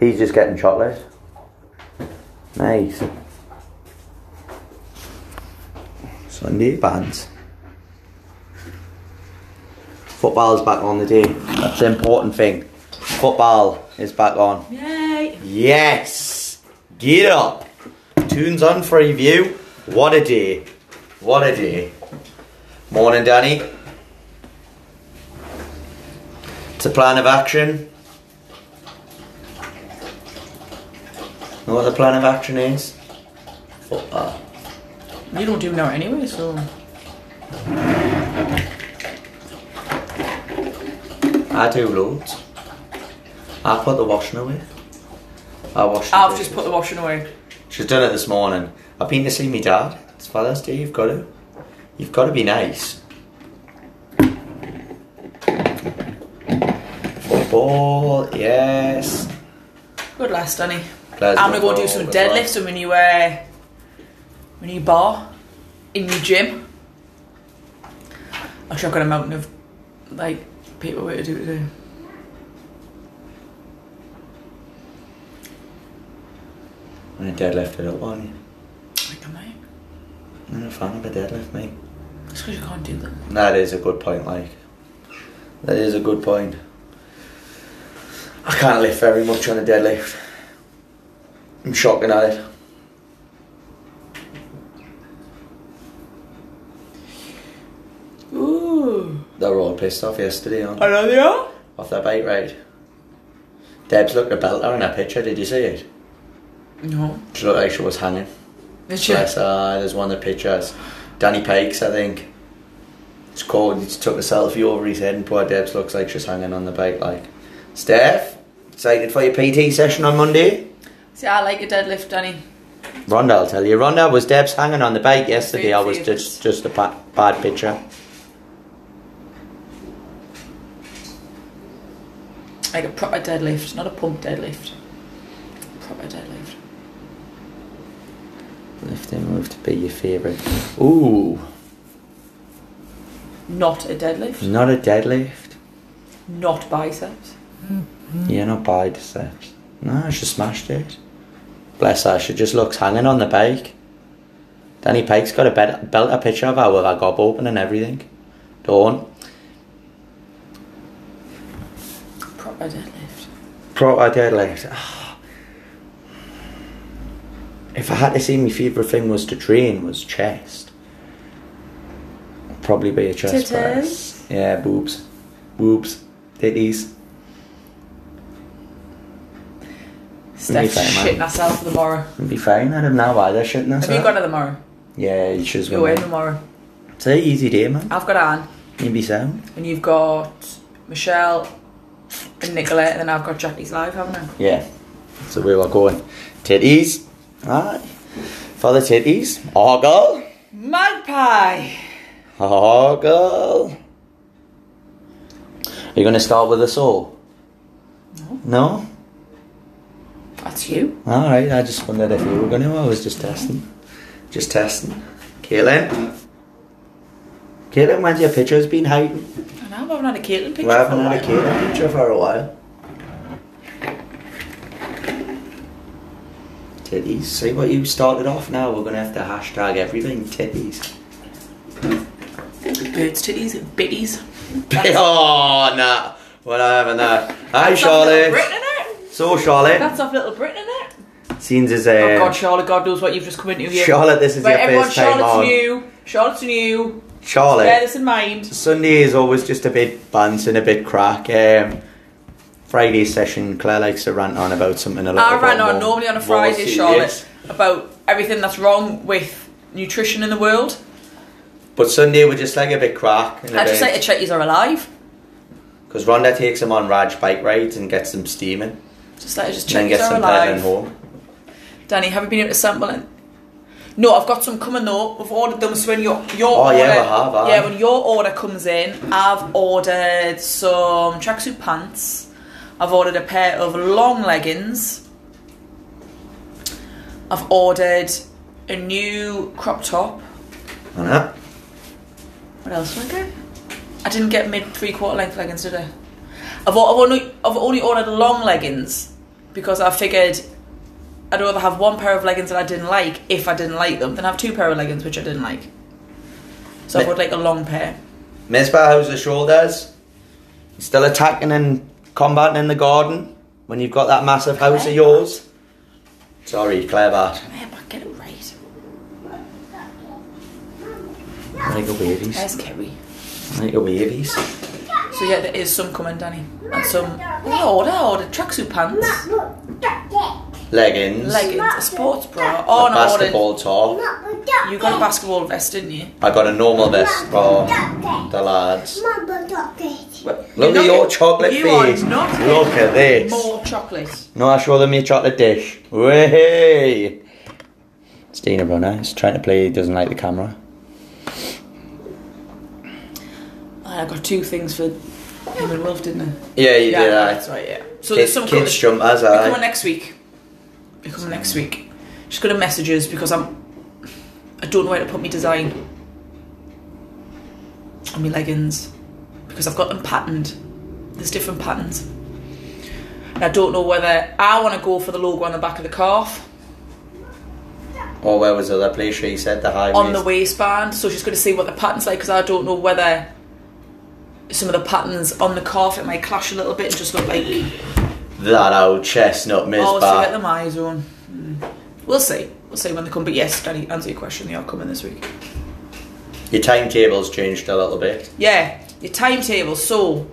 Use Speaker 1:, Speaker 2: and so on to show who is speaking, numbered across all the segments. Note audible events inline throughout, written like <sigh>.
Speaker 1: He's just getting chocolate. Nice. Sunday bands. Football's back on the day. That's the important thing. Football is back on.
Speaker 2: Yay!
Speaker 1: Yes! Get up! Tunes on Freeview. What a day. What a day. Morning, Danny. It's a plan of action. Know what the plan of action is? Football.
Speaker 2: You don't do now anyway, so
Speaker 1: I do loads. I put the washing away. I wash the
Speaker 2: I've
Speaker 1: dishes.
Speaker 2: just put the washing away.
Speaker 1: She's done it this morning. I've been to see me dad. It's Father's Day. You've got to, you've got to be nice. Football, yes.
Speaker 2: Good last, Danny.
Speaker 1: Players
Speaker 2: I'm gonna go do
Speaker 1: football
Speaker 2: some
Speaker 1: as well.
Speaker 2: deadlifts in my new uh, my new bar in my gym. Actually, I've got a mountain of like paperwork to do today.
Speaker 1: And I deadlifted up on you.
Speaker 2: Like, am I?
Speaker 1: I'm not a fan of a deadlift, mate.
Speaker 2: It's because you can't do that.
Speaker 1: That is a good point, like. That is a good point. I can't lift very much on a deadlift. I'm shocking at it.
Speaker 2: Ooh.
Speaker 1: They were all pissed off yesterday, aren't they?
Speaker 2: I know they are.
Speaker 1: Off their bike ride. Deb's looked a belter in a picture, did you see it?
Speaker 2: No.
Speaker 1: She looked like she was hanging.
Speaker 2: It's
Speaker 1: Yes,
Speaker 2: just.
Speaker 1: uh, there's one of the pictures. Danny Pikes, I think. It's called, he just took a selfie over his head and poor Debs looks like she's hanging on the bike like. Steph, excited for your PT session on Monday?
Speaker 2: See, I like a deadlift, Danny.
Speaker 1: Rhonda, I'll tell you. Rhonda was Debs hanging on the bike yesterday. I was
Speaker 2: Food
Speaker 1: just, just a ba- bad picture.
Speaker 2: Like a proper deadlift, not a pump deadlift. Proper deadlift.
Speaker 1: Lifting move to be your favourite. Ooh,
Speaker 2: Not a deadlift.
Speaker 1: not a deadlift.
Speaker 2: Not biceps.
Speaker 1: Yeah, not biceps. No, she smashed it. Bless her, she just looks hanging on the bike. Danny Pike's got a bed, belt a picture of her with her gob open and everything. Don't.
Speaker 2: Proper deadlift.
Speaker 1: Proper deadlift. "Ah." If I had to say my favourite thing was to train was chest. Probably be a chest press.
Speaker 2: Titties?
Speaker 1: Yeah, boobs. Boobs. Titties.
Speaker 2: Steph's
Speaker 1: fine, man.
Speaker 2: shitting herself tomorrow.
Speaker 1: It'd be fine, I'd have now either shitting
Speaker 2: Have you
Speaker 1: herself.
Speaker 2: got her tomorrow?
Speaker 1: yeah, you should
Speaker 2: You're in
Speaker 1: win.
Speaker 2: tomorrow.
Speaker 1: It's an easy day, man.
Speaker 2: I've got Anne,
Speaker 1: You'd be sound.
Speaker 2: and you've got Michelle and Nicola, and then I've got Jackie's live, haven't I?
Speaker 1: Yeah. So we were going. Titties. Aye. For the titties. Oh girl.
Speaker 2: Magpie!
Speaker 1: Oh girl. Are you gonna start with us all? No.
Speaker 2: That's you.
Speaker 1: No? Alright, I just wondered if you were gonna I was just testing. Just testing. Caitlin. Caitlin, when's your picture's been hiding?
Speaker 2: And I haven't had a Caitlin picture.
Speaker 1: We haven't had a
Speaker 2: for a while.
Speaker 1: Caitlin picture for a while. Titties. See what you started off now. We're gonna have to hashtag everything titties.
Speaker 2: Birds, titties, bitties.
Speaker 1: <laughs> oh nah. We're not having that. Hi
Speaker 2: That's off Little
Speaker 1: Charlotte.
Speaker 2: Britain, isn't it?
Speaker 1: So Charlotte.
Speaker 2: That's off Little Britain, isn't it?
Speaker 1: Scenes is
Speaker 2: Oh
Speaker 1: uh,
Speaker 2: God, Charlotte, God knows what you've just come into here.
Speaker 1: Charlotte, this is
Speaker 2: Right,
Speaker 1: your
Speaker 2: everyone,
Speaker 1: first time
Speaker 2: Charlotte's
Speaker 1: on.
Speaker 2: new. Charlotte's new. Bear
Speaker 1: Charlotte.
Speaker 2: this in mind.
Speaker 1: Sunday is always just a bit bouncing, a bit crack. Um, Friday session, Claire likes to rant on about something a little
Speaker 2: I
Speaker 1: bit
Speaker 2: ran on
Speaker 1: more-
Speaker 2: normally on a
Speaker 1: more
Speaker 2: Friday,
Speaker 1: serious.
Speaker 2: Charlotte, about everything that's wrong with nutrition in the world.
Speaker 1: But Sunday we're just like a bit crack. and a
Speaker 2: I just
Speaker 1: bit-
Speaker 2: like to check yous are alive.
Speaker 1: Because Rhonda takes him on Raj bike rides and gets them steaming.
Speaker 2: Just like to just
Speaker 1: And
Speaker 2: check
Speaker 1: then
Speaker 2: yous
Speaker 1: gets
Speaker 2: are
Speaker 1: them pedaling
Speaker 2: alive.
Speaker 1: home.
Speaker 2: Danny, have you been able to sample it? No, I've got some coming though. I've ordered them. So when your your
Speaker 1: Oh,
Speaker 2: order,
Speaker 1: yeah, we have, aye.
Speaker 2: yeah, when your order comes in, I've ordered some tracksuit pants. I've ordered a pair of long leggings. I've ordered a new crop top.
Speaker 1: Uh-huh.
Speaker 2: What else did I get? I didn't get mid three quarter length leggings, did I? I've, o- I've only I've only ordered long leggings because I figured I'd rather have one pair of leggings that I didn't like if I didn't like them than have two pair of leggings which I didn't like. So I
Speaker 1: Ma-
Speaker 2: would like a long pair.
Speaker 1: Mizbah, how's the shoulders? Still attacking and combating in the garden when you've got that massive house of yours? Sorry, Claire Bart.
Speaker 2: Man, but get it right.
Speaker 1: Like a wavies.
Speaker 2: There's Kerry.
Speaker 1: Like a wavies.
Speaker 2: So yeah, there is some coming, Danny, and some. Oh, I ordered tracksuit pants,
Speaker 1: Leggings.
Speaker 2: leggings, a sports bra. Oh,
Speaker 1: a
Speaker 2: and I ordered.
Speaker 1: basketball top.
Speaker 2: You got a basketball vest, didn't you?
Speaker 1: I got a normal vest for the lads. Look
Speaker 2: You're
Speaker 1: at your
Speaker 2: not-
Speaker 1: chocolate
Speaker 2: you
Speaker 1: face.
Speaker 2: are not getting
Speaker 1: Look at this.
Speaker 2: More chocolate.
Speaker 1: No, I show them your chocolate dish. Way. It's Dina Brunner. He's trying to play. He doesn't like the camera.
Speaker 2: I got two things for him and Wolf, didn't I?
Speaker 1: Yeah, you
Speaker 2: yeah,
Speaker 1: did.
Speaker 2: that's
Speaker 1: Aye.
Speaker 2: right. Yeah. So there's
Speaker 1: Kids,
Speaker 2: some
Speaker 1: kids
Speaker 2: coming,
Speaker 1: jump as
Speaker 2: they're coming
Speaker 1: I.
Speaker 2: next week. They're coming next week. She's gonna message us because I'm. I don't know where to put my design on my leggings because I've got them patterned. There's different patterns. And I don't know whether I want to go for the logo on the back of the calf.
Speaker 1: Or Oh, where was the other place? She said the high
Speaker 2: on the
Speaker 1: waist.
Speaker 2: waistband, so she's going to see what the pattern's like because I don't know whether some of the patterns on the calf it might clash a little bit and just look like
Speaker 1: That old chestnut Miss
Speaker 2: oh, so
Speaker 1: Bar.
Speaker 2: get them eyes on. Mm. We'll see, we'll see when they come. But yes, Danny, answer your question. They are coming this week.
Speaker 1: Your timetable's changed a little bit.
Speaker 2: Yeah, your timetable. So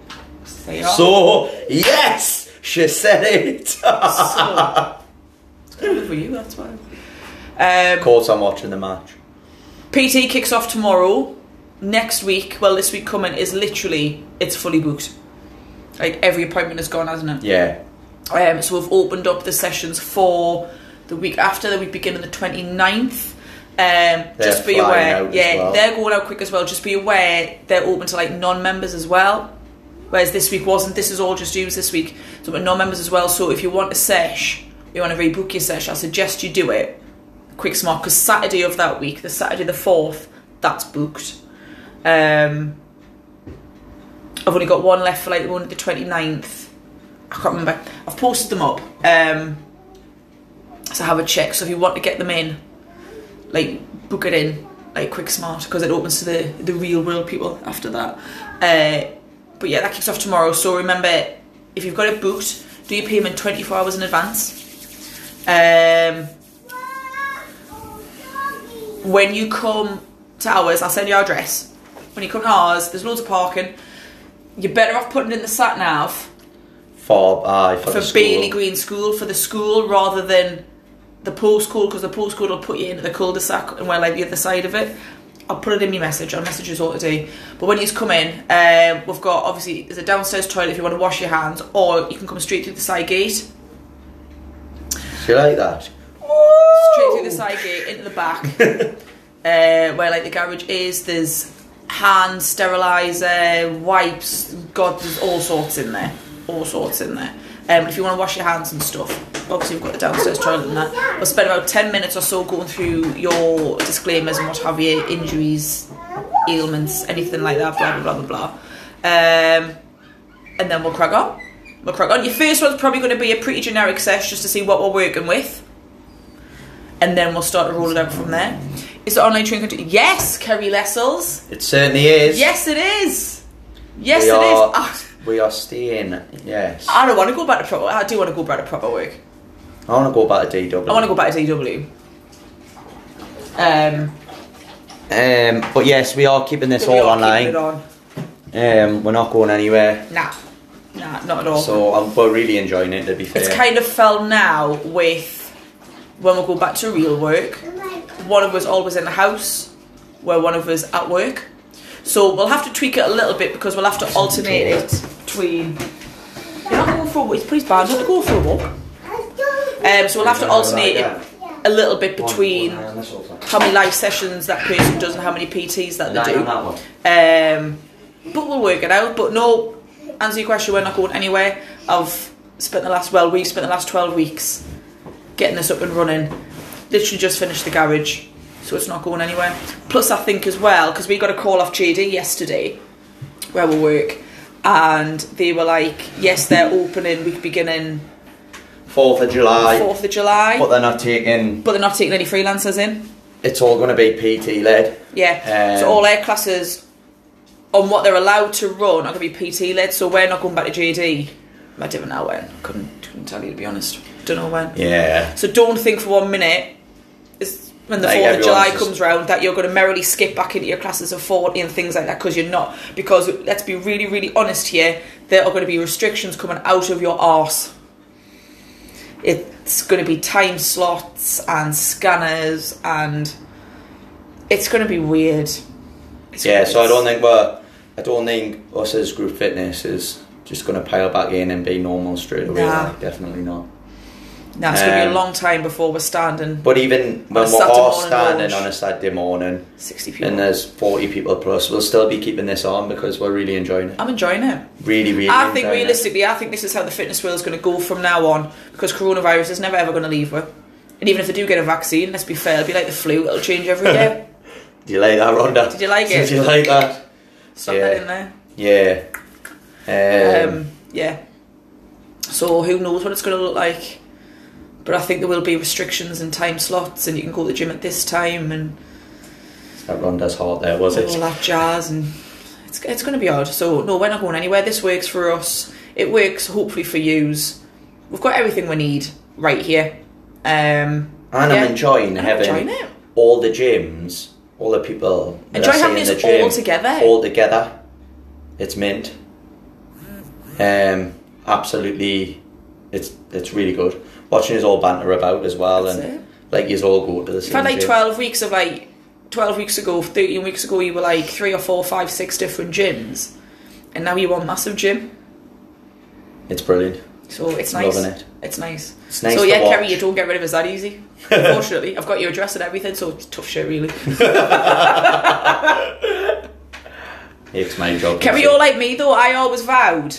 Speaker 2: they are.
Speaker 1: So yes, she said it. <laughs> of
Speaker 2: <laughs> So. It's good for you. That's why. Um,
Speaker 1: course, I'm watching the match.
Speaker 2: PT kicks off tomorrow. Next week, well, this week coming is literally it's fully booked. Like every appointment is gone, hasn't it?
Speaker 1: Yeah.
Speaker 2: Um, so we've opened up the sessions for the week after. The week beginning the 29th. Um, just be
Speaker 1: flying
Speaker 2: aware,
Speaker 1: out as
Speaker 2: yeah,
Speaker 1: well.
Speaker 2: they're going out quick as well. Just be aware they're open to like non-members as well. Whereas this week wasn't. This is all just used this week. So but non-members as well. So if you want a sesh, you want to rebook your sesh, I suggest you do it quick smart because Saturday of that week, the Saturday the fourth, that's booked. Um, I've only got one left for like the one at the 29th. I can't remember. I've posted them up. Um, so have a check. So if you want to get them in, like book it in, like quick smart, because it opens to the the real world people after that. Uh, but yeah, that kicks off tomorrow. So remember, if you've got it booked, do your payment 24 hours in advance. Um, when you come to ours, I'll send you our address. When you come to ours, there's loads of parking. You're better off putting it in the sat nav
Speaker 1: For aye for,
Speaker 2: for
Speaker 1: the school.
Speaker 2: Bailey Green School for the school rather than the postcode because the postcode will put you into the cul-de-sac and we're like the other side of it. I'll put it in my message. I'll message you all today. But when you come in, um, we've got obviously there's a downstairs toilet if you want to wash your hands, or you can come straight through the side gate.
Speaker 1: Do you like that?
Speaker 2: straight through the side gate into the back uh, where like the garage is there's hand sterilizer wipes god there's all sorts in there all sorts in there um, if you want to wash your hands and stuff obviously you've got the downstairs toilet and that we'll spend about 10 minutes or so going through your disclaimers and what have you injuries ailments anything like that blah blah blah blah blah um, and then we'll crack on we'll crack on your first one's probably going to be a pretty generic sesh just to see what we're working with and then we'll start to roll it out from there. Is the online training continue? Yes, Kerry Lessels.
Speaker 1: It certainly is.
Speaker 2: Yes, it is. Yes,
Speaker 1: we
Speaker 2: it is.
Speaker 1: are,
Speaker 2: Ah,
Speaker 1: <laughs> We are staying. Yes.
Speaker 2: I don't want to go back to proper. I do want to go back to proper work.
Speaker 1: I want to go back to DW.
Speaker 2: I want to go back to DW. Um,
Speaker 1: Um, but yes, we are keeping this
Speaker 2: but we
Speaker 1: all
Speaker 2: are keeping
Speaker 1: online.
Speaker 2: It on.
Speaker 1: Um, we're not going anywhere,
Speaker 2: Nah, nah, not at all.
Speaker 1: so i we're really enjoying it. To be fair,
Speaker 2: it's kind of fell now with when we go back to real work. one of us always in the house, where one of us at work. So we'll have to tweak it a little bit because we'll have to alternate it between. You're not going for a walk. He's put his band on to go for a walk. Um, so we'll have to alternate it a little bit between how many live sessions that person does and how many PTs that they do. Um, but we'll work it out. But no, answer your question, we're not going anywhere. I've spent the last, well, we've spent the last 12 weeks getting this up and running. Literally just finished the garage, so it's not going anywhere. Plus, I think as well, because we got a call off JD yesterday where we work, and they were like, yes, they're opening week beginning
Speaker 1: Fourth of July.
Speaker 2: Fourth of July.
Speaker 1: But they're not taking.
Speaker 2: But they're not taking any freelancers in.
Speaker 1: It's all going to be PT led.
Speaker 2: Yeah. so
Speaker 1: Um,
Speaker 2: all air classes on what they're allowed to run are going to be PT led. So we're not going back to JD. I don't know when. Couldn't couldn't tell you to be honest. Don't know when.
Speaker 1: Yeah.
Speaker 2: So don't think for one minute it's when the
Speaker 1: Like
Speaker 2: Fourth of
Speaker 1: everyone's
Speaker 2: July
Speaker 1: just-
Speaker 2: comes round that you're going to merrily skip back into your classes of forty and things like that because you're not. Because let's be really, really honest here, there are going to be restrictions coming out of your arse. It's going to be time slots and scanners and it's going to be weird. It's
Speaker 1: Yeah.
Speaker 2: gonna-
Speaker 1: So I don't think we're. I don't think us as group fitness is just going to pile back in and be normal straight away.
Speaker 2: Nah.
Speaker 1: like, definitely not.
Speaker 2: Nah, it's going to be a
Speaker 1: um,
Speaker 2: long time before we're standing
Speaker 1: But even
Speaker 2: a
Speaker 1: when we're
Speaker 2: Saturday
Speaker 1: all
Speaker 2: morning
Speaker 1: standing
Speaker 2: lunch.
Speaker 1: on a Saturday morning
Speaker 2: sixty
Speaker 1: and
Speaker 2: people.
Speaker 1: there's 40 people plus, we'll still be keeping this on because we're really enjoying it.
Speaker 2: I'm enjoying it.
Speaker 1: Really, really
Speaker 2: I think
Speaker 1: enjoying it.
Speaker 2: realistically, I think this is how the fitness world is going to go from now on because coronavirus is never ever going to leave her. And even if they do get a vaccine, let's be fair, it'll be like the flu; it'll change every day.
Speaker 1: Did you like that, Rhonda?
Speaker 2: Did you
Speaker 1: <laughs>
Speaker 2: like
Speaker 1: Did
Speaker 2: it?
Speaker 1: you like that?
Speaker 2: Stop
Speaker 1: Yeah.
Speaker 2: that in there.
Speaker 1: Yeah. Um,
Speaker 2: Um, yeah. So who knows what it's going to look like? But I think there will be restrictions and time slots, and you can go to the gym at this time and
Speaker 1: that Rhonda's heart there, was
Speaker 2: all
Speaker 1: it?
Speaker 2: that jazz, and it's it's going to be odd. So no, we're not going anywhere. This works for us. It works hopefully for yous. We've got everything we need right here. Um,
Speaker 1: And
Speaker 2: yeah.
Speaker 1: I'm enjoying
Speaker 2: I'm
Speaker 1: having
Speaker 2: enjoying it.
Speaker 1: all the gyms, all the people. that
Speaker 2: Enjoy
Speaker 1: I see
Speaker 2: having
Speaker 1: in the
Speaker 2: us
Speaker 1: gym,
Speaker 2: all together.
Speaker 1: All together. It's mint. Um, absolutely, it's it's really good. Watching us all banter about as well,
Speaker 2: That's
Speaker 1: and
Speaker 2: it.
Speaker 1: like you all go to the
Speaker 2: If
Speaker 1: same
Speaker 2: I had like
Speaker 1: gym.
Speaker 2: 12 weeks of like 12 weeks ago, 13 weeks ago, you were like three or four, five, six different gyms, and now you're one massive gym.
Speaker 1: It's brilliant.
Speaker 2: So it's nice.
Speaker 1: Loving it.
Speaker 2: It's nice.
Speaker 1: It's nice
Speaker 2: so
Speaker 1: to
Speaker 2: yeah,
Speaker 1: watch.
Speaker 2: Kerry, you don't get rid of us that
Speaker 1: <laughs>
Speaker 2: easy. Unfortunately, I've got your address and everything, so it's tough shit, really.
Speaker 1: It's my job.
Speaker 2: Kerry,
Speaker 1: so-
Speaker 2: you're like me though. I always vowed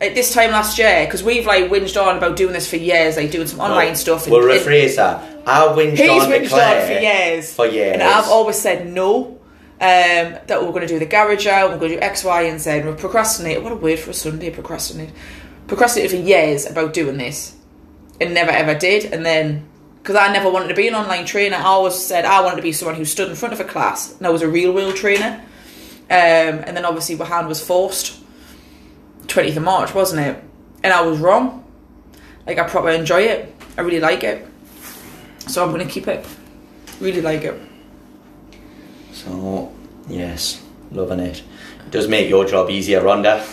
Speaker 2: at this time last year because we've like whinged on about doing this for years, like doing some online
Speaker 1: Well,
Speaker 2: stuff.
Speaker 1: We'll rephrase that. I whinged
Speaker 2: He's
Speaker 1: on to
Speaker 2: whinged on
Speaker 1: Claire
Speaker 2: for years.
Speaker 1: For years.
Speaker 2: And I've always said no. Um, that we're going to do the garage out, we're going to do X, Y, and Z. And we procrastinated. What a word for a Sunday, procrastinate. Procrastinated for years about doing this and never ever did. And then, because I never wanted to be an online trainer, I always said I wanted to be someone who stood in front of a class and I was a real world trainer. Um, and then obviously, my hand was forced 20th of March, wasn't it? And I was wrong. Like, I proper enjoy it, I really like it. So I'm going to keep it. Really like it.
Speaker 1: So, yes, loving it. It does make your job easier, Rhonda.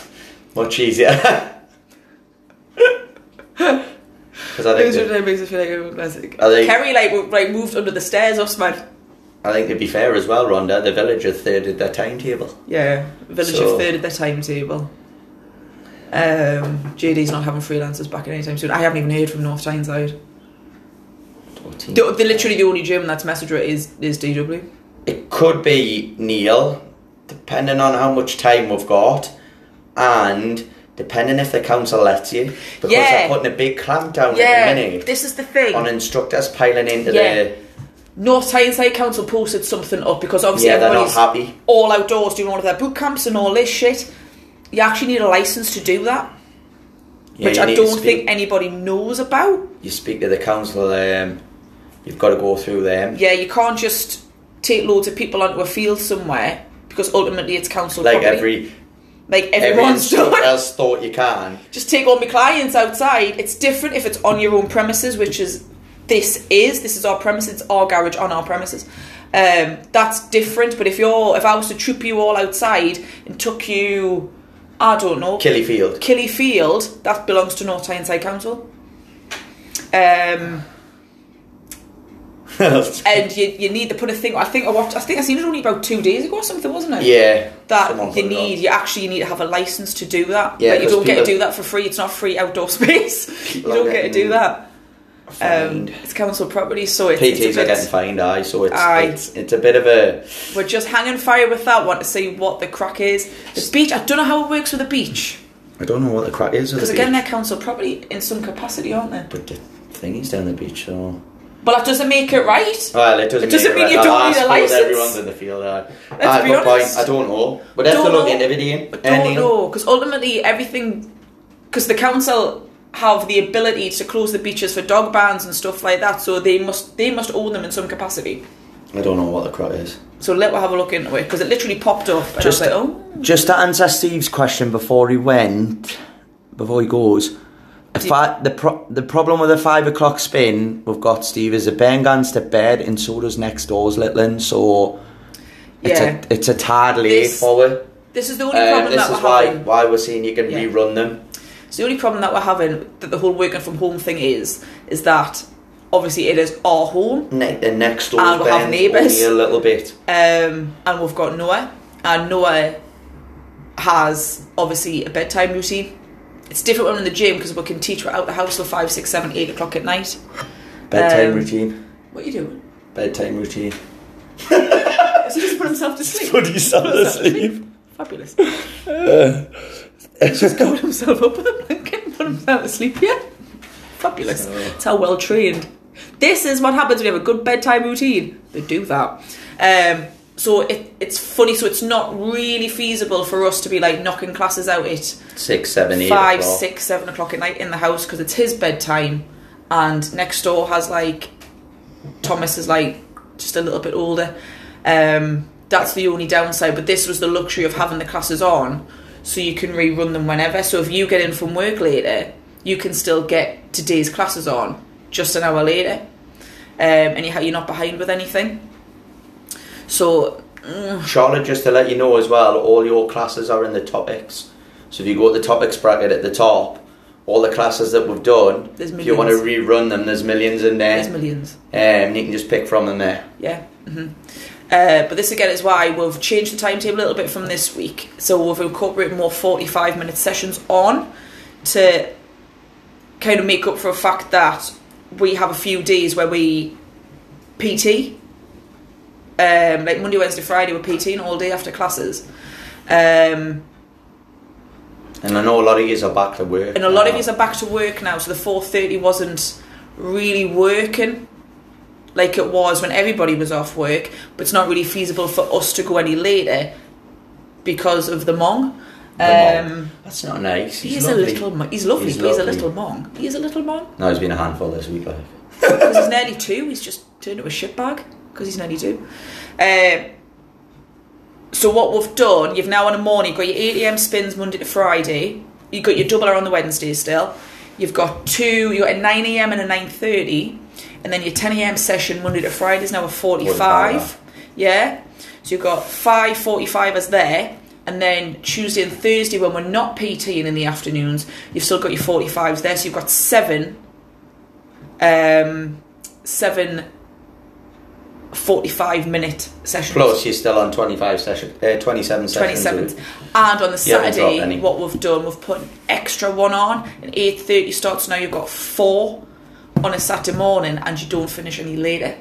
Speaker 1: Much easier. <laughs> Because I think,
Speaker 2: Those
Speaker 1: that,
Speaker 2: are makes me feel like I'm classic.
Speaker 1: I think-
Speaker 2: Kerry like w- like moved under the stairs us man.
Speaker 1: I think to be fair as well, Rhonda, the village have thirded their timetable.
Speaker 2: Yeah, village
Speaker 1: So-
Speaker 2: of third at their timetable. Um, JD's not having freelancers back anytime soon. I haven't even heard from North Tyneside. The, the, literally the only gym that's messaged with is is DW.
Speaker 1: It could be Neil, depending on how much time we've got, and depending if the council lets you. Because
Speaker 2: Yeah.
Speaker 1: they're putting a big clampdown at
Speaker 2: Yeah,
Speaker 1: the minute
Speaker 2: this is the thing.
Speaker 1: on instructors piling into
Speaker 2: Yeah.
Speaker 1: the.
Speaker 2: North Tyneside Council posted something up because obviously
Speaker 1: Yeah, they're not
Speaker 2: everybody's
Speaker 1: happy.
Speaker 2: all outdoors doing all of their boot camps and all this shit. You actually need a license to do that,
Speaker 1: Yeah,
Speaker 2: which
Speaker 1: you
Speaker 2: I
Speaker 1: need to
Speaker 2: don't
Speaker 1: speak-
Speaker 2: think anybody knows about.
Speaker 1: you speak to the council, um, you've got to go through them.
Speaker 2: yeah, you can't just take loads of people onto a field somewhere because ultimately it's council
Speaker 1: Like
Speaker 2: property.
Speaker 1: every
Speaker 2: like
Speaker 1: every
Speaker 2: everyone's
Speaker 1: instructor
Speaker 2: done.
Speaker 1: else thought you can.
Speaker 2: <laughs> Just take all my clients outside. It's different if it's on your own premises, which is this is this is our premises, it's our garage on our premises. Um, that's different. But if you're if I was to troop you all outside and took you, I don't know,
Speaker 1: Killy Field.
Speaker 2: Killy Field, that belongs to North Tyneside Council. Um, <laughs> and you, you need to put a thing. I think I watched. I think I seen it only about two days ago or something, wasn't it?
Speaker 1: yeah.
Speaker 2: That
Speaker 1: someone put
Speaker 2: you
Speaker 1: it on.
Speaker 2: need. You actually need to have a license to do that.
Speaker 1: Yeah,
Speaker 2: Like, you
Speaker 1: 'cause
Speaker 2: don't get to
Speaker 1: people-
Speaker 2: do that for free. It's not free outdoor <laughs> space. you
Speaker 1: People are
Speaker 2: don't get to do
Speaker 1: getting
Speaker 2: that. Um,
Speaker 1: Fined.
Speaker 2: it's council property, so it's, it's a
Speaker 1: PTs are
Speaker 2: bit-
Speaker 1: getting fined, aye, so it's,
Speaker 2: Aye.
Speaker 1: it's it's a bit of a
Speaker 2: we're just hanging fire with that one to see what the crack is. The beach. I don't know how it works with the beach
Speaker 1: I don't know what the crack is with
Speaker 2: because
Speaker 1: the
Speaker 2: again,
Speaker 1: beach.
Speaker 2: they're council property in some capacity, aren't they?
Speaker 1: But the thing is down the beach, so
Speaker 2: But that doesn't make it right.
Speaker 1: well, it doesn't,
Speaker 2: It doesn't
Speaker 1: make right.
Speaker 2: mean you don't
Speaker 1: I
Speaker 2: need a
Speaker 1: suppose
Speaker 2: license.
Speaker 1: Everyone's in the field. Aye. Aye,
Speaker 2: be
Speaker 1: good point.
Speaker 2: honest.
Speaker 1: I don't know, but that's
Speaker 2: Don't
Speaker 1: to look
Speaker 2: know.
Speaker 1: into it, Ian.
Speaker 2: I
Speaker 1: Uh,
Speaker 2: don't
Speaker 1: Neil.
Speaker 2: know because ultimately everything, because the council have the ability to close the beaches for dog bans and stuff like that. So they must they must own them in some capacity.
Speaker 1: I don't know what the crap is.
Speaker 2: So let us have a look into it because it literally popped up. And
Speaker 1: Just-
Speaker 2: I was like, oh,
Speaker 1: Just to answer Steve's question before he went, before he goes, the, fi- the, pro- the problem with the five o'clock spin we've got, Steve, is the bang guns to bed and so does next door's Litlin, so it's,
Speaker 2: yeah.
Speaker 1: a, it's a tad late
Speaker 2: This-
Speaker 1: for it.
Speaker 2: This is the only
Speaker 1: Uh,
Speaker 2: problem
Speaker 1: this
Speaker 2: that
Speaker 1: is
Speaker 2: we're
Speaker 1: why,
Speaker 2: having.
Speaker 1: why we're seeing you can
Speaker 2: Yeah.
Speaker 1: rerun them.
Speaker 2: It's the only problem that we're having that the whole working from home thing is is that obviously it is our home
Speaker 1: Ne- and next door's
Speaker 2: And we'll have
Speaker 1: bend
Speaker 2: neighbours.
Speaker 1: only a little bit.
Speaker 2: um, and we've got Noah and Noah has obviously a bedtime routine. It's different when we're in the gym because we can teach we're out the house till five, six, seven, eight o'clock at night.
Speaker 1: Bedtime
Speaker 2: Um,
Speaker 1: routine.
Speaker 2: What are you doing? <laughs>
Speaker 1: Bedtime routine.
Speaker 2: Has he just put himself to
Speaker 1: <laughs>
Speaker 2: sleep?
Speaker 1: Put yourself to sleep.
Speaker 2: Fabulous. He's
Speaker 1: Uh,
Speaker 2: just covered himself up with a blanket and <laughs> put himself to sleep, yeah? Fabulous.
Speaker 1: So-
Speaker 2: It's how well trained. This is what happens when you have a good bedtime routine. They do that. Um, so it, it's funny, so it's not really feasible for us to be like knocking classes out at
Speaker 1: <laughs> Six, seven, eight.
Speaker 2: five,
Speaker 1: o'clock.
Speaker 2: six, seven o'clock at night in the house because it's his bedtime, and next door has like Thomas is like just a little bit older. Um, that's the only downside. But this was the luxury of having the classes on, so you can rerun them whenever. So if you get in from work later, you can still get today's classes on just an hour later, um, and you ha- you're not behind with anything. So
Speaker 1: Charlotte, just to let you know as well, all your classes are in the topics. So if you go to the topics bracket at the top, all the classes that we've done,
Speaker 2: There's
Speaker 1: if you want to rerun them, there's millions in there.
Speaker 2: there's millions.
Speaker 1: Um, and you can just pick from them there.
Speaker 2: Yeah. hmm Uh, but this again is why we've changed the timetable a little bit from this week. So we've incorporated more 45 minute sessions on to kind of make up for a fact that we have a few days where we PT, um, like Monday, Wednesday, Friday, we're PTing all day after classes. Um,
Speaker 1: And I know a lot of you are back to work. Oh,
Speaker 2: and a lot of
Speaker 1: now.
Speaker 2: us are back to work now, so the 4.30 wasn't really working like it was when everybody was off work, but it's not really feasible for us to go any later because of the mong.
Speaker 1: The
Speaker 2: um,
Speaker 1: That's not nice.
Speaker 2: He's,
Speaker 1: He's,
Speaker 2: a
Speaker 1: lovely.
Speaker 2: little, mo- he's lovely,
Speaker 1: He's
Speaker 2: but he's a
Speaker 1: lovely.
Speaker 2: little mong. He is a little mong.
Speaker 1: No, he's been a handful this week, like.
Speaker 2: Because he's nearly two, he's just turned into a shitbag because he's nearly two. Um, so what we've done, you've now on a morning got your 8 a.m. spins Monday to Friday. You've got your double hour on the Wednesday still. You've got two. You got a 9 a.m. and a 9:30, and then your 10 a.m. session Monday to Friday is now a 45.
Speaker 1: 45.
Speaker 2: Yeah. So you've got 5:45 as there, and then Tuesday and Thursday when we're not PTing in the afternoons, you've still got your 45s there. So you've got seven. Um, seven. 45 minute sessions.
Speaker 1: Plus, he's still on 25 session, uh, 27 sessions.
Speaker 2: 27th. And on the
Speaker 1: You haven't dropped
Speaker 2: Saturday,
Speaker 1: any.
Speaker 2: what we've done, we've put an extra one on. An 8.30 starts now, you've got four on a Saturday morning and you don't finish any later.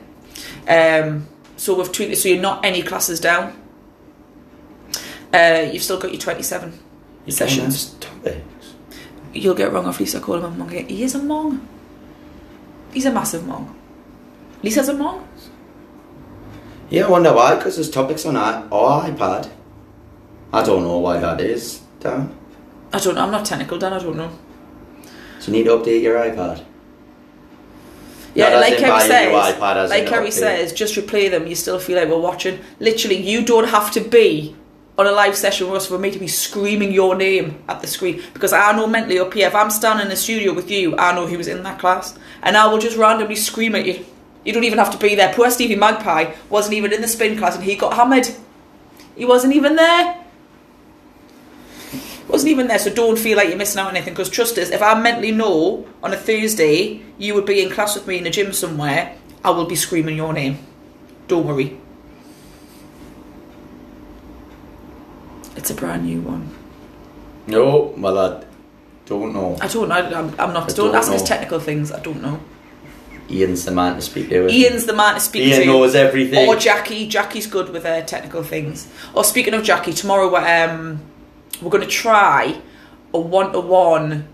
Speaker 2: Um, so we've tweaked it so you're not any classes down. Uh, you've still got your 27.
Speaker 1: You don't
Speaker 2: sessions.
Speaker 1: have Topics.
Speaker 2: You'll get wrong off Lisa calling him a mong. He is a mong. He's a massive mong. Lisa's a mong.
Speaker 1: Yeah, I wonder why, because there's topics on our, our iPad. I don't know why that is, Dan.
Speaker 2: I don't know. I'm not technical, Dan. I don't know.
Speaker 1: So you need to update your iPad.
Speaker 2: Yeah,
Speaker 1: Not as
Speaker 2: like
Speaker 1: in
Speaker 2: Kerry
Speaker 1: buying a
Speaker 2: says,
Speaker 1: new iPad, as
Speaker 2: like
Speaker 1: in
Speaker 2: Kerry
Speaker 1: update.
Speaker 2: says, just replay them. You still feel like we're watching. Literally, you don't have to be on a live session with us for me to be screaming your name at the screen because I know mentally up here, if I'm standing in the studio with you, I know who was in that class, and I will just randomly scream at you. You don't even have to be there. Poor Stevie Magpie wasn't even in the spin class, and he got hammered. He wasn't even there. Wasn't even there, so don't feel like you're missing out on anything. Because trust us, if I mentally know on a Thursday you would be in class with me in the gym somewhere, I will be screaming your name. Don't worry. It's a brand new one.
Speaker 1: No, well, I don't know.
Speaker 2: I don't know. I'm, I'm not.
Speaker 1: I
Speaker 2: don't
Speaker 1: don't
Speaker 2: ask us
Speaker 1: know.
Speaker 2: technical things. I don't know.
Speaker 1: Ian's the man to speak to. isn't he?
Speaker 2: Ian's the man to speak
Speaker 1: Ian
Speaker 2: to.
Speaker 1: knows everything.
Speaker 2: Or Jackie. Jackie's good with her technical things. Or speaking of Jackie, tomorrow we're, um, we're going to try a one-to-one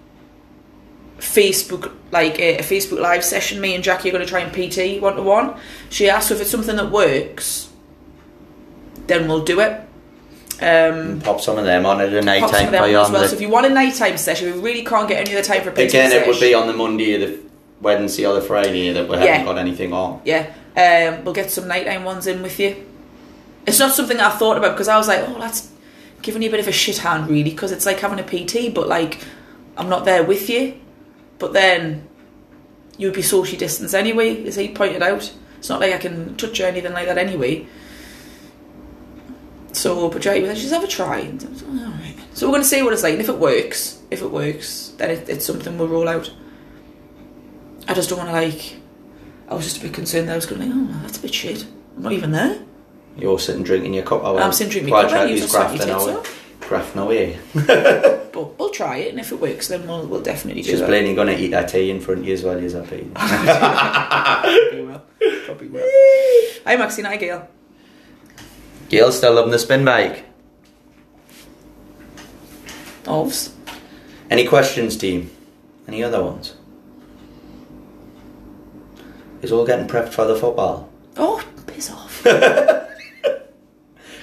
Speaker 2: Facebook, like a, a Facebook live session. Me and Jackie are going to try and PT one-to-one. She asked if it's something that works, then we'll do it. Um,
Speaker 1: Pop some of them on at an eight
Speaker 2: pop some
Speaker 1: time
Speaker 2: of them
Speaker 1: play
Speaker 2: on as
Speaker 1: on.
Speaker 2: well.
Speaker 1: the-
Speaker 2: So if you want a nighttime session, we really can't get any other time for a pizza
Speaker 1: Again, it would
Speaker 2: session.
Speaker 1: be on the Monday, or the Wednesday, or the Friday that we
Speaker 2: Yeah.
Speaker 1: haven't got anything on.
Speaker 2: Yeah, um, we'll get some nighttime ones in with you. It's not something I thought about because I was like, oh, that's giving you a bit of a shit hand, really, because it's like having a PT, but like, I'm not there with you. But then you would be socially distanced anyway, as he pointed out. It's not like I can touch you or anything like that anyway. So, but Jackie was like, just have a try. And I was like, "All right." So we're going to see what it's like, and if it works, if it works, then it, it's something we'll roll out. I just don't want to like I was just a bit concerned that I was going, like, oh, that's a bit shit. I'm not even there.
Speaker 1: You're sitting drinking your cup. Oh,
Speaker 2: I'm
Speaker 1: well,
Speaker 2: sitting drinking
Speaker 1: quite
Speaker 2: my cup,
Speaker 1: right,
Speaker 2: you
Speaker 1: he's
Speaker 2: just sat your
Speaker 1: grafting
Speaker 2: tits
Speaker 1: away.
Speaker 2: up.
Speaker 1: Grafting away.
Speaker 2: But we'll try it, and if it works, then we'll, we'll definitely do
Speaker 1: She's
Speaker 2: that.
Speaker 1: plainly going to eat that tea in front of you as well as I
Speaker 2: <laughs>
Speaker 1: be.
Speaker 2: Probably will. Probably will. <laughs> Hi, Maxine. Hi, Gail.
Speaker 1: Gail's still loving the spin bike.
Speaker 2: Ovs.
Speaker 1: Any questions, team? Any other ones? Is all getting prepped for the football?
Speaker 2: Oh, piss off.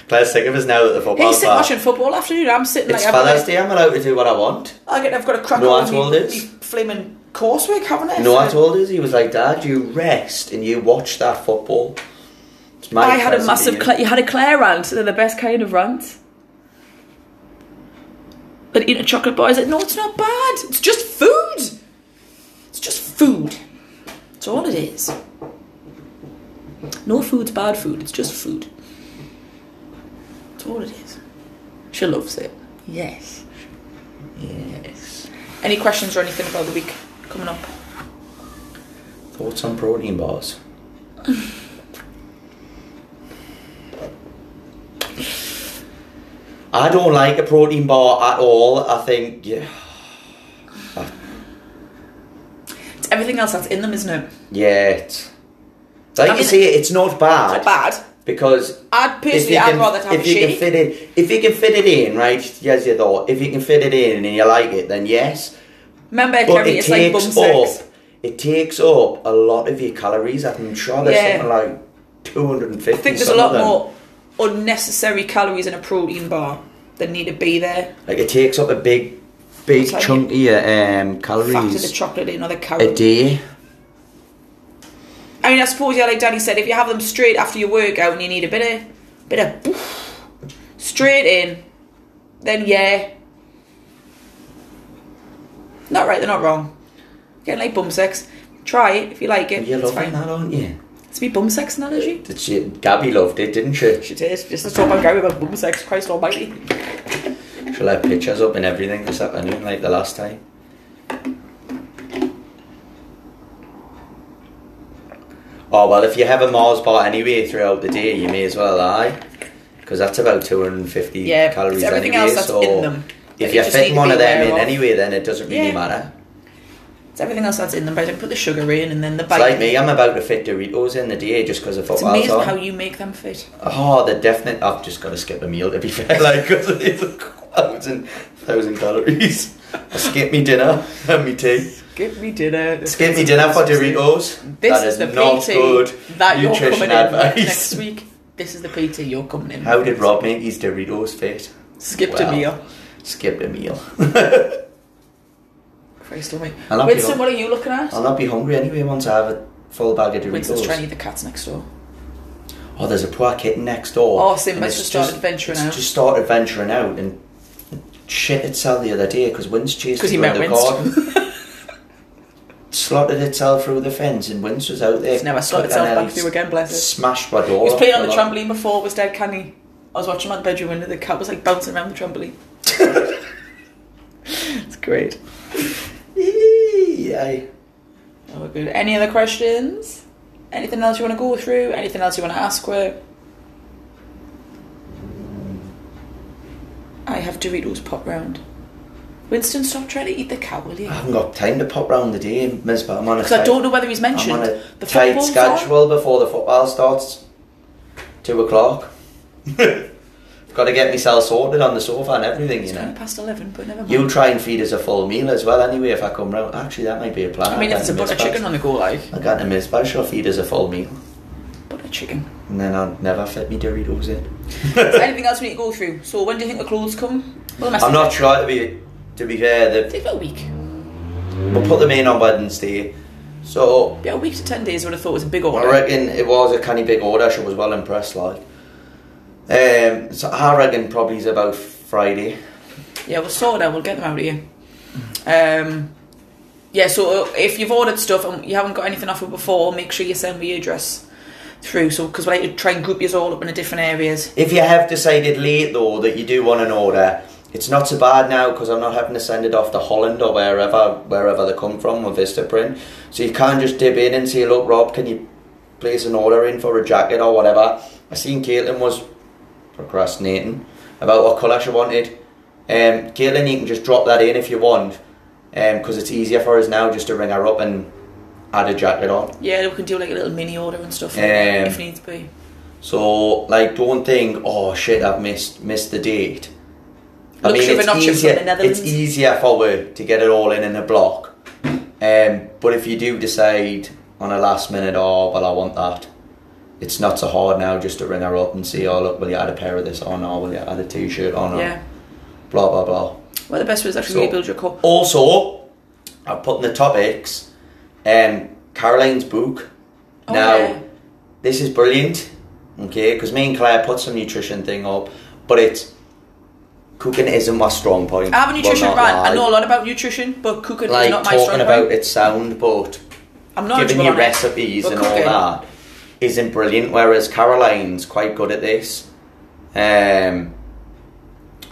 Speaker 1: Claire's sick of us now at the football.
Speaker 2: He's sitting
Speaker 1: bar.
Speaker 2: watching football afternoon. I'm sitting
Speaker 1: It's
Speaker 2: like, having
Speaker 1: Father's Day, I'm allowed to do what I want.
Speaker 2: a- I get, I've got a crack
Speaker 1: No,
Speaker 2: on
Speaker 1: I told
Speaker 2: me,
Speaker 1: it.
Speaker 2: me flaming coursework, haven't I?
Speaker 1: You know what I told us? He was like, Dad, you rest and you watch that football. It's my
Speaker 2: I had a
Speaker 1: present
Speaker 2: massive.
Speaker 1: to you.
Speaker 2: Cla- you had a Claire rant. They're the best kind of rant. But eating a chocolate bar is like, no, it's not bad. It's just food. It's just food. That's all it is. No food's bad food. It's just food. That's all it is. She loves it. Yes. Yes. Any questions or anything about the week coming up?
Speaker 1: Thoughts on protein
Speaker 2: <laughs>
Speaker 1: bars? I don't like a protein bar at all. I think yeah,
Speaker 2: It's everything else that's in them, isn't it?
Speaker 1: yeah. It's, like
Speaker 2: I mean,
Speaker 1: you say, it's not bad
Speaker 2: Not bad.
Speaker 1: because
Speaker 2: I'd
Speaker 1: if you
Speaker 2: personally, I'd
Speaker 1: can-
Speaker 2: rather have
Speaker 1: if
Speaker 2: a
Speaker 1: you can
Speaker 2: shake.
Speaker 1: fit it, if you can fit it in, right? Yes, you thought if you can fit it in and you like it, then yes.
Speaker 2: Remember,
Speaker 1: But
Speaker 2: Kerry,
Speaker 1: it
Speaker 2: it's like bum
Speaker 1: takes
Speaker 2: sex.
Speaker 1: up. It takes up a lot of your calories. I'm sure there's
Speaker 2: Yeah.
Speaker 1: something like two hundred and fifty.
Speaker 2: I think there's a lot more unnecessary calories in a protein bar that need to be there.
Speaker 1: Like it takes up a big, big
Speaker 2: It's like
Speaker 1: chunk of your um,
Speaker 2: Factor the
Speaker 1: calories
Speaker 2: chocolate in or the
Speaker 1: a
Speaker 2: carrot.
Speaker 1: day.
Speaker 2: I mean, I suppose, yeah, like Danny said, if you have them straight after your workout and you need a bit of, bit of, boof, straight in, then yeah. Not right, they're not wrong. Getting like bum sex. Try it if you like it.
Speaker 1: You're
Speaker 2: it's
Speaker 1: loving
Speaker 2: fine.
Speaker 1: that, aren't you?
Speaker 2: It's me bum sex analogy.
Speaker 1: Did she, Gabby loved it, didn't she?
Speaker 2: She did. Just to talk about Gary about bum sex, Christ almighty.
Speaker 1: She'll have pictures up and everything this afternoon, like the last time. Oh well, if you have a Mars bar anyway throughout the day, you may as well, aye, because that's about two hundred and fifty
Speaker 2: Yeah, it's
Speaker 1: calories
Speaker 2: everything
Speaker 1: anyway.
Speaker 2: else that's
Speaker 1: so
Speaker 2: in them that
Speaker 1: if
Speaker 2: you
Speaker 1: you're
Speaker 2: just need
Speaker 1: fitting
Speaker 2: to
Speaker 1: one
Speaker 2: be
Speaker 1: of them
Speaker 2: aware
Speaker 1: in
Speaker 2: of.
Speaker 1: anyway, then it doesn't really
Speaker 2: Yeah.
Speaker 1: matter.
Speaker 2: It's everything else that's in them, but I don't put the sugar in and then the
Speaker 1: It's
Speaker 2: bite.
Speaker 1: like me, I'm about to fit Doritos in the day just because of
Speaker 2: It's
Speaker 1: football's
Speaker 2: amazing
Speaker 1: on.
Speaker 2: how you make them fit.
Speaker 1: Oh, the definite. I've just got to skip a meal to be <laughs> fair, like because it's a thousand, thousand calories. <laughs> I skip me dinner and me tea.
Speaker 2: Give me dinner.
Speaker 1: Skip me dinner for Doritos.
Speaker 2: This
Speaker 1: That
Speaker 2: is the
Speaker 1: not
Speaker 2: PT
Speaker 1: good
Speaker 2: that you're coming
Speaker 1: nutrition
Speaker 2: in
Speaker 1: advice.
Speaker 2: next <laughs> week. This is the PT you're coming in.
Speaker 1: How did Rob make his Doritos fit?
Speaker 2: skip oh.
Speaker 1: Wow.
Speaker 2: a meal?
Speaker 1: Skipped a meal. <laughs>
Speaker 2: Christ almighty.
Speaker 1: I love
Speaker 2: Winston,
Speaker 1: you.
Speaker 2: what are you looking at?
Speaker 1: I'll not be hungry anyway once I have a full bag of
Speaker 2: Winston's trying to
Speaker 1: Doritos.
Speaker 2: eat the cats next door.
Speaker 1: Oh, there's a poor kitten next door.
Speaker 2: Oh, Simba's
Speaker 1: and it's
Speaker 2: just started venturing
Speaker 1: it's
Speaker 2: out.
Speaker 1: Just started venturing out and shit itself the other day because Wins chased
Speaker 2: 'Cause
Speaker 1: it
Speaker 2: he
Speaker 1: around
Speaker 2: met
Speaker 1: the garden.
Speaker 2: Winston. <laughs>
Speaker 1: slotted itself through the fence and Winds was out there.
Speaker 2: it's never slotted
Speaker 1: cutting
Speaker 2: itself back
Speaker 1: and
Speaker 2: through again, bless it.
Speaker 1: Smashed my door.
Speaker 2: He was playing on the
Speaker 1: up.
Speaker 2: trampoline before it was dead, can he? I was watching my bedroom window, the cat was like bouncing around the trampoline. <laughs> it's great.
Speaker 1: <laughs> Eee, aye.
Speaker 2: Oh, we're good. Any other questions? Anything else you want to go through? Anything else you want to ask? Where I have Doritos pop round. Winston, stop trying to eat the cat, will you?
Speaker 1: I haven't got time to pop round the day, Miss, but I'm on a
Speaker 2: Because I
Speaker 1: tight-
Speaker 2: don't know whether he's
Speaker 1: I'm
Speaker 2: mentioned
Speaker 1: on a
Speaker 2: the
Speaker 1: tight
Speaker 2: football's on.
Speaker 1: schedule before the football starts. Two
Speaker 2: <laughs>
Speaker 1: o'clock. got to get myself sorted on the sofa and everything,
Speaker 2: It's
Speaker 1: you
Speaker 2: twenty
Speaker 1: know.
Speaker 2: past eleven, but never mind.
Speaker 1: You'll try and feed us a full meal as well, anyway, if I come round. Actually, that might be a plan.
Speaker 2: I mean, if there's a butter chicken on the go, like
Speaker 1: I got a Miss Bash, she'll feed us a full meal.
Speaker 2: butter
Speaker 1: <laughs>
Speaker 2: a chicken.
Speaker 1: And then I'd never fit me Doritos in. <laughs>
Speaker 2: Is there anything else we need to go through? So when do you think the clothes come? Well,
Speaker 1: I'm not trying to be, to be fair, the,
Speaker 2: Take about a week.
Speaker 1: we'll put them in on Wednesday. So
Speaker 2: Yeah, a week to ten days. I would have thought was a big
Speaker 1: I
Speaker 2: order.
Speaker 1: reckon it was a canny big order. She was well impressed, like. Um, so I reckon probably is about Friday.
Speaker 2: Yeah, we'll sort it out. We'll get them out of you. Um, yeah, so uh, if you've ordered stuff and you haven't got anything off it before, make sure you send me your address through. So because we like to try and group you all up into different areas.
Speaker 1: If you have decided late though that you do want an order, it's not so bad now because I'm not having to send it off to Holland or wherever wherever they come from with Vistaprint. So you can't just dip in and say, look, Rob, can you place an order in for a jacket or whatever? I seen Caitlin was procrastinating about what colour she wanted. Um, Caitlin, you can just drop that in if you want, because it's easier for us now just to ring her up and add a jacket on.
Speaker 2: Yeah, we can do like a little mini order and stuff
Speaker 1: Um,
Speaker 2: if needs be.
Speaker 1: So like, don't think, oh shit, I've missed missed the date. I
Speaker 2: Luxury
Speaker 1: mean, it's
Speaker 2: Vinocchio from
Speaker 1: easier.
Speaker 2: the Netherlands.
Speaker 1: It's easier for work to get it all in in a block. Um, but if you do decide on a last minute, oh well, I want that. It's not so hard now just to ring her up and see, oh look, will you add a pair of this on, or will you add a t-shirt on, or
Speaker 2: Yeah.
Speaker 1: blah blah blah.
Speaker 2: Well, the best way is actually
Speaker 1: So-
Speaker 2: really build your core.
Speaker 1: Also, I put in the topics um, Caroline's book.
Speaker 2: Oh,
Speaker 1: now,
Speaker 2: yeah.
Speaker 1: this is brilliant, okay? Because me and Claire put some nutrition thing up, but it's cooking isn't my strong point.
Speaker 2: I have a nutrition
Speaker 1: Will not
Speaker 2: rant.
Speaker 1: lie.
Speaker 2: I know a lot about nutrition, but cooking
Speaker 1: Like
Speaker 2: is not my strong
Speaker 1: talking about
Speaker 2: point.
Speaker 1: its sound, but
Speaker 2: I'm not
Speaker 1: giving you
Speaker 2: on it.
Speaker 1: recipes
Speaker 2: But
Speaker 1: and all
Speaker 2: cooking.
Speaker 1: that isn't brilliant. Whereas Caroline's quite good at this. Um,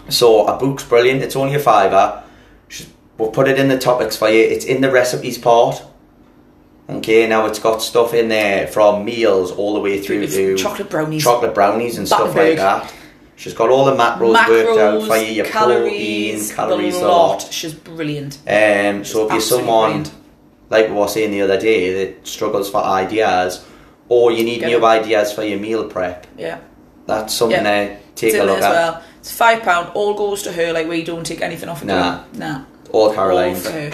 Speaker 1: so a book's brilliant. It's only a fiver. Sh- We'll put it in the topics for you. It's in the recipes part. Okay, now it's got stuff in there from meals all the way through
Speaker 2: It's
Speaker 1: to
Speaker 2: chocolate brownies.
Speaker 1: chocolate brownies and stuff like
Speaker 2: Battenberg.
Speaker 1: that. She's got all the macros, worked out for you, your
Speaker 2: calories,
Speaker 1: protein, calories,
Speaker 2: the
Speaker 1: a lot.
Speaker 2: lot. She's brilliant.
Speaker 1: Um, so if you're
Speaker 2: absolutely
Speaker 1: someone
Speaker 2: brilliant.
Speaker 1: like we were saying the other day that struggles for ideas, or you need
Speaker 2: Get
Speaker 1: new
Speaker 2: it.
Speaker 1: ideas for your meal prep,
Speaker 2: Yeah.
Speaker 1: that's something
Speaker 2: Yeah.
Speaker 1: to take
Speaker 2: it's
Speaker 1: a
Speaker 2: in
Speaker 1: look
Speaker 2: there as
Speaker 1: at.
Speaker 2: well. It's five pound. All goes to her. Like we don't take anything off. of
Speaker 1: Nah.
Speaker 2: her. nah.
Speaker 1: All
Speaker 2: All
Speaker 1: Caroline's.
Speaker 2: for her.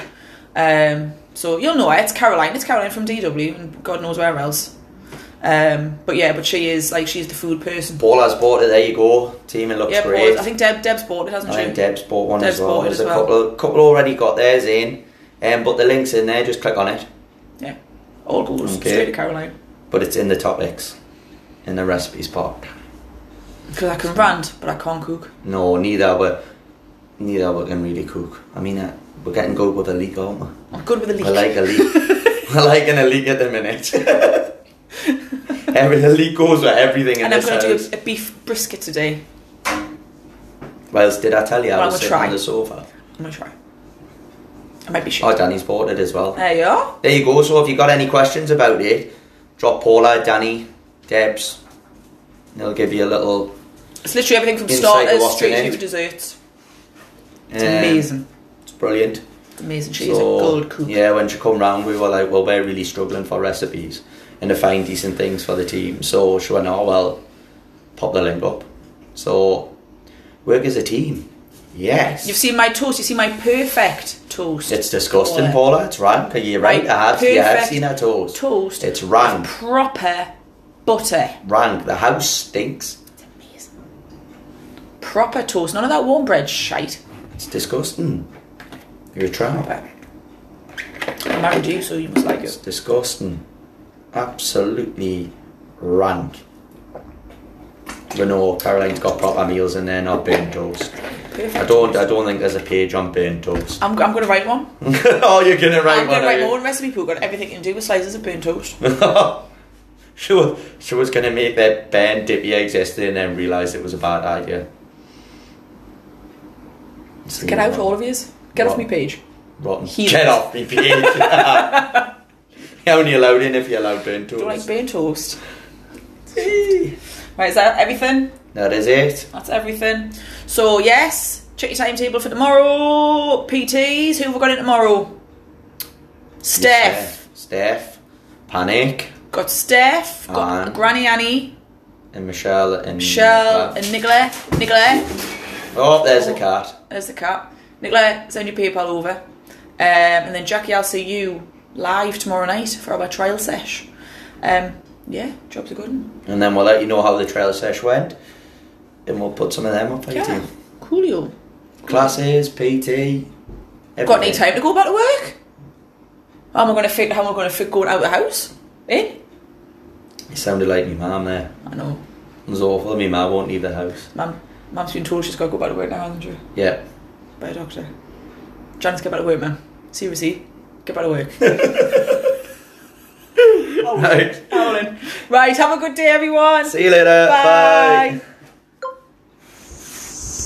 Speaker 2: Um, so you'll know her. It's Caroline. It's Caroline from DW and God knows where else. Um, but yeah, but she is like she's the food person.
Speaker 1: Paul has bought it. There you go, team. It looks
Speaker 2: yeah,
Speaker 1: great.
Speaker 2: Paul, I think Deb Deb's bought it, hasn't
Speaker 1: I
Speaker 2: she?
Speaker 1: think Deb's bought one
Speaker 2: Deb's
Speaker 1: as well.
Speaker 2: bought it
Speaker 1: There's
Speaker 2: as
Speaker 1: a
Speaker 2: well.
Speaker 1: couple, couple already got theirs in, um, but the link's in there. Just click on it.
Speaker 2: Yeah. All goes
Speaker 1: Okay.
Speaker 2: straight to Caroline.
Speaker 1: But it's in the topics, in the recipes part.
Speaker 2: Because I can rant, but I can't cook.
Speaker 1: No, neither we, neither we can really cook. I mean, uh, we're getting good with a leak, aren't we?
Speaker 2: I'm good with a leak.
Speaker 1: I like a leak. I like an elite at the minute. Every elite goes with everything in
Speaker 2: <laughs> and I'm
Speaker 1: this
Speaker 2: going to
Speaker 1: house.
Speaker 2: do a, a beef brisket today.
Speaker 1: Well, did I tell you I
Speaker 2: Well,
Speaker 1: was
Speaker 2: we'll
Speaker 1: sitting
Speaker 2: try.
Speaker 1: on the sofa?
Speaker 2: I'm going to try. I might be shit.
Speaker 1: Oh, Danny's bought it as well.
Speaker 2: there you are.
Speaker 1: There you go. So if you got any questions about it, drop Paula, Danny, Debs. and They'll give you a little.
Speaker 2: It's literally everything from
Speaker 1: Inside the
Speaker 2: starters
Speaker 1: washing
Speaker 2: straight
Speaker 1: end.
Speaker 2: to desserts. It's
Speaker 1: um,
Speaker 2: amazing.
Speaker 1: It's brilliant.
Speaker 2: It's amazing. She's
Speaker 1: So,
Speaker 2: a gold cook.
Speaker 1: Yeah, when she come round, we were like, well, we're really struggling for recipes and to find decent things for the team. So she went, oh, well, pop the link up. So work as a team. Yes.
Speaker 2: You've seen my toast. You see my perfect toast.
Speaker 1: It's disgusting,
Speaker 2: Paula.
Speaker 1: Paula. It's rank. Are you right?
Speaker 2: Right,
Speaker 1: I have. You have
Speaker 2: perfect
Speaker 1: seen her toast.
Speaker 2: toast.
Speaker 1: It's rank.
Speaker 2: proper butter.
Speaker 1: Rank. The house stinks.
Speaker 2: It's amazing. Proper toast. None of that warm bread shite.
Speaker 1: It's disgusting. You're a tramp.
Speaker 2: Proper. I married you, so you must like
Speaker 1: It's
Speaker 2: it.
Speaker 1: disgusting. Absolutely rank. But no, Caroline's got proper meals in there, not burnt toast.
Speaker 2: Perfect.
Speaker 1: I don't. I don't think there's a page on burnt toast. <laughs>
Speaker 2: I'm, I'm going to write one.
Speaker 1: oh, you're gonna write
Speaker 2: I'm
Speaker 1: one.
Speaker 2: going
Speaker 1: are
Speaker 2: to write
Speaker 1: you?
Speaker 2: my own recipe book on everything you can do with slices of burnt toast.
Speaker 1: Mm. <laughs> she was she was gonna make that band dippy existed and then realised it was a bad idea.
Speaker 2: Get out, all of yous. Get off
Speaker 1: What?
Speaker 2: me page.
Speaker 1: rotten.
Speaker 2: Heathens.
Speaker 1: Get off me page. <laughs> you're only allowed in if you're allowed burnt
Speaker 2: Don't like
Speaker 1: toast.
Speaker 2: burnt toast. Right, is that everything?
Speaker 1: That is it.
Speaker 2: That's everything. So yes, check your timetable for tomorrow. PTs, who have we got in tomorrow? Steph.
Speaker 1: Steph, Panic,
Speaker 2: Got Steph. Got
Speaker 1: Aye.
Speaker 2: Granny Annie,
Speaker 1: and Michelle and
Speaker 2: Michelle, and Nicola. Nicola,
Speaker 1: Oh, there's the cat.
Speaker 2: there's the cat. Nicola, send your PayPal over. Um, and then Jackie, I'll see you live tomorrow night for our trial sesh. Um, Yeah, jobs are good. un.
Speaker 1: And then we'll let you know how the trailer sesh went. And we'll put some of them up for your
Speaker 2: Yeah,
Speaker 1: team.
Speaker 2: coolio.
Speaker 1: Classes, PT. Everything.
Speaker 2: Got any time to go back to work? How am I going to fit? How am I going to fit going out of the house? Eh?
Speaker 1: You sounded like my mum there.
Speaker 2: I know.
Speaker 1: It was awful. My mum won't leave the house.
Speaker 2: Mum, mum's been told she's got to go back to work now, hasn't she?
Speaker 1: Yeah.
Speaker 2: By a doctor. Janice, get back to work, man. Seriously, get back to work.
Speaker 1: Right.
Speaker 2: Howling. Right, have a good day, everyone.
Speaker 1: See you later.
Speaker 2: Bye.
Speaker 1: Bye.